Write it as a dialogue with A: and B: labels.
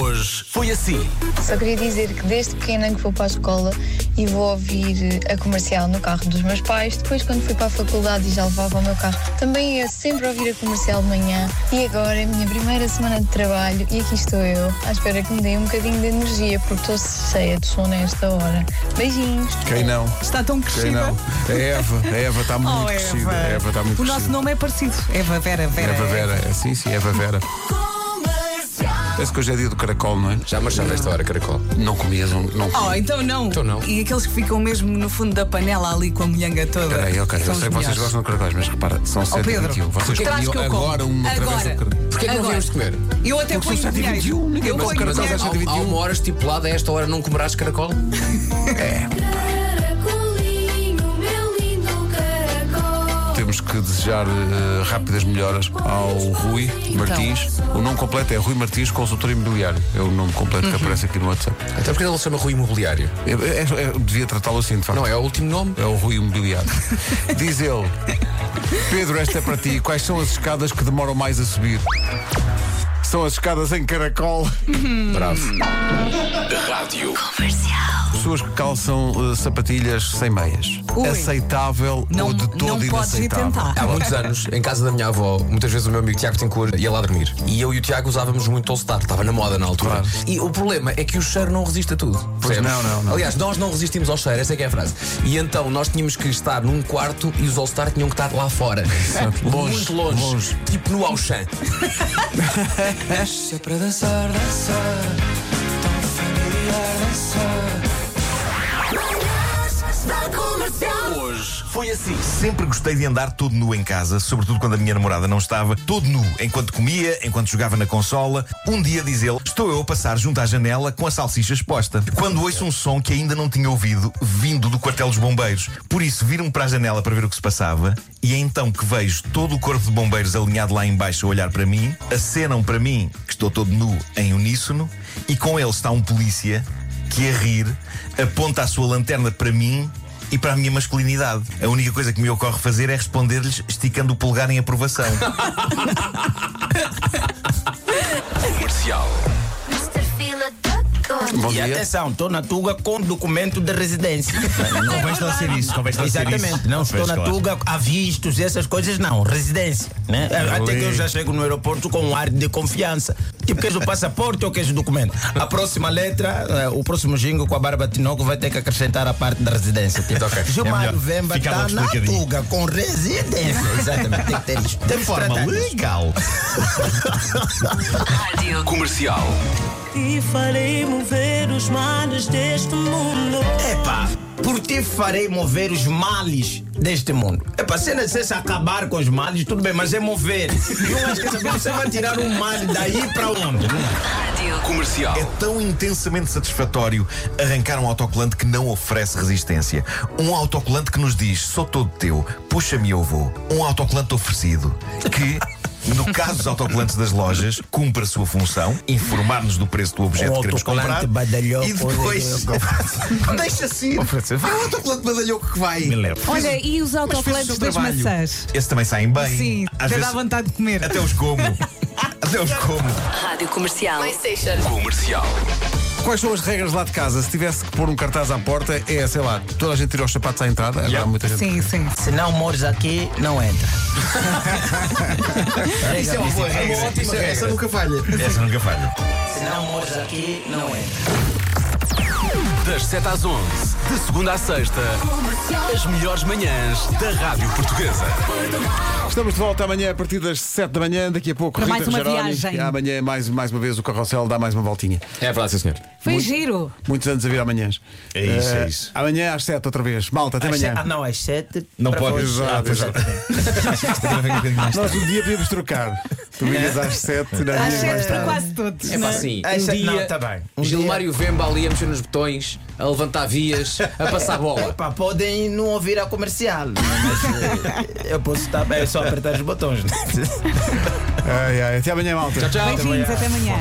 A: Hoje foi assim.
B: Só queria dizer que desde pequena que vou para a escola e vou ouvir eh, a comercial no carro dos meus pais. Depois, quando fui para a faculdade e já levava o meu carro, também ia sempre ouvir a comercial de manhã. E agora é a minha primeira semana de trabalho e aqui estou eu, à espera que me dê um bocadinho de energia, porque estou cheia de sono a esta hora. Beijinhos!
C: Quem não?
D: Está tão
C: Quem
D: crescida.
C: não? A Eva. A Eva está muito
D: Oh,
C: crescida.
D: Eva.
C: A Eva está muito
D: o
C: crescida.
D: nosso nome é parecido. Eva Vera Vera.
C: Eva Vera. É, Sim, sim, Eva Vera. Parece que hoje é dia do caracol, não é?
E: Já marchava esta hora, caracol.
C: Não comias, não, não
D: Oh,
C: comias.
D: então não.
E: Então não.
D: E aqueles que ficam mesmo no fundo da panela ali com a molhanga toda.
C: Peraí, ok,
D: são
C: eu
D: os
C: sei que vocês
D: melhores.
C: gostam de caracóis, mas repara, são 7 e
D: Pedro,
C: 21. Vocês
D: porque traz que eu como.
C: agora uma travessa de
D: Agora.
C: caracol.
E: Porquê é que não
D: Agora.
E: viemos comer?
D: Eu até
C: Porque
D: ponho
C: são 7 e
D: dinheiro.
C: 21, ninguém
D: Eu
C: mais
D: ponho
C: caracol às
D: dinheiro.
C: sete e
E: Há, há uma hora estipulada, a esta hora não comerás caracol?
F: Caracolinho, meu lindo caracol.
C: Temos que desejar eh, rápidas melhoras ao Rui
D: Então.
C: Martins. O nome completo é Rui Martins, consultor imobiliário. É o nome completo
D: Uhum.
C: que aparece aqui no WhatsApp.
E: Até porque ele se chama Rui Imobiliário.
C: É- é- é- devia tratá-lo assim, de facto.
E: Não, é o último nome.
C: É o Rui Imobiliário. Diz ele: Pedro, esta é para ti. Quais são as escadas que demoram mais a subir? São as escadas em caracol.
D: Uhum.
E: Bravo.
C: Pessoas que calçam eh, sapatilhas sem meias.
D: Ui.
C: Aceitável
D: Não-
C: ou de
D: não
C: todo
D: podes ir
C: inaceitável.
D: tentar.
E: Há muitos anos, em casa da minha avó, muitas vezes o meu amigo Tiago Tincur ia lá dormir. E eu e o Tiago usávamos muito All Star, estava na moda na altura.
C: Claro.
E: E o problema é que o cheiro não resiste a tudo. percebes?
C: não, não, não.
E: Aliás, nós não resistimos ao cheiro, essa é que é a frase. E então nós tínhamos que estar num quarto e os All Star tinham que estar lá fora.
C: Longe,
E: muito longe,
C: longe.
E: Tipo no Auchan.
G: Deixa para dançar, dançar. Tão familiar dançar.
F: Manhãs da comercial.
A: Hoje foi assim.
H: Sempre gostei de andar todo nu em casa, sobretudo quando a minha namorada não estava, todo nu, enquanto comia, enquanto jogava na consola. Um dia diz ele, estou eu a passar junto à janela com a salsicha exposta. Quando ouço um som que ainda não tinha ouvido, vindo do quartel dos bombeiros. Por isso, viro-me para a janela para ver o que se passava, e é então que vejo todo o corpo de bombeiros alinhado lá embaixo a olhar para mim, acenam para mim, que estou todo nu, em uníssono, e com ele está um polícia que a rir aponta a sua lanterna para mim e para a minha masculinidade. A única coisa que me ocorre fazer é responder-lhes esticando o polegar em aprovação.
F: Mr. Fila da Cor.
C: Bom
I: E
C: dia.
I: atenção, estou na Tuga com documento de residência.
H: Não vais lá ser isso, não vais lá ser isso.
I: Exatamente, não estou
H: Pois,
I: na
H: claro.
I: Tuga a vistos, essas coisas não, residência. Né? Até que eu já chego no aeroporto com um ar de confiança. Tipo, queres o passaporte ou queres o documento? A próxima letra, eh, o próximo jingo com a Barba Tinoco vai ter que acrescentar a parte da residência. Tipo,
H: ok, é
I: Gilmar
H: melhor.
I: Vemba
H: Fica
I: está
H: logo
I: na
H: explicadinho.
I: Tuga com residência. Exatamente, tem que ter isto. Tem que
H: Forma
I: tratar disso.
H: legal.
A: Comercial.
G: E farei mover os mares deste mundo.
I: Epá, por ti farei mover os males deste mundo. Epá, se é necessário acabar com os males, tudo bem, mas é mover. Não acho que essa pessoa vai tirar um mal daí para onde?
A: Comercial.
H: É tão intensamente satisfatório arrancar um autocolante que não oferece resistência. Um autocolante que nos diz: sou todo teu, puxa-me eu vou. Um autocolante oferecido que. No caso dos autocolantes das lojas, cumpre a sua função, informar-nos do preço do objeto
I: Um
H: que queremos comprar.
I: autocolante badalhoco,
H: e depois. Deixa-se
I: assim.
H: ir. É o autocolante badalhoco que vai.
C: um.
D: Olha, e os
H: Mas fez o
D: autocolantes
H: seu
D: das
H: trabalho.
D: maçãs?
H: Esse também saem bem.
D: Sim, até
H: Às vezes,
D: dá vontade de comer.
H: até os como. até os como.
J: Rádio Comercial.
A: Comercial.
C: Quais são as regras lá de casa? Se tivesse que pôr um cartaz à porta, é, sei lá, toda a gente tira os sapatos à entrada. Agora há muita gente.
D: Sim, sim.
I: Se não mores aqui, não entra.
H: Isso é uma boa regra. Isso é- Essa nunca falha. Essa nunca falha.
I: Se não mores aqui, não entra.
A: Das 7 às 11, de segunda à sexta, as melhores manhãs da Rádio Portuguesa.
C: Estamos de volta amanhã a partir das 7 da manhã. Daqui a pouco,
D: Para
C: Rita
D: mais uma
C: Rogeroni.
D: viagem.
C: Amanhã, mais, mais uma vez, o carrossel dá mais uma voltinha.
E: É verdade, sim, senhor.
D: Foi giro.
C: Muitos anos a vir amanhãs.
H: É isso, é
C: Eh,
H: isso.
C: Amanhã às 7 outra vez. Malta, até
I: Às
C: amanhã.
I: sete- Ah, não, às sete.
H: Não
I: para
H: pode.
I: fora.
C: Exato,
I: Ah, pois
C: exato.
I: é.
C: Nós um dia podíamos trocar. Tu vinhas às 7. não,
D: Às
C: ninguém vai
D: sete
C: estar.
D: para quase todos.
E: É
D: não
E: pá,
D: é?
E: assim,
I: Às
E: um
I: sete-
E: dia,
I: não, tá bem. Um
E: Gilmário Vemba ali a mexer nos botões, a levantar vias, a passar bola.
I: Epá, podem não ouvir a comercial. né? Mas eh, eu posso estar bem, é só apertar os botões. né?
C: Ai, ai, Até amanhã, malta.
E: Tchau, tchau.
D: Beijinhos, até amanhã.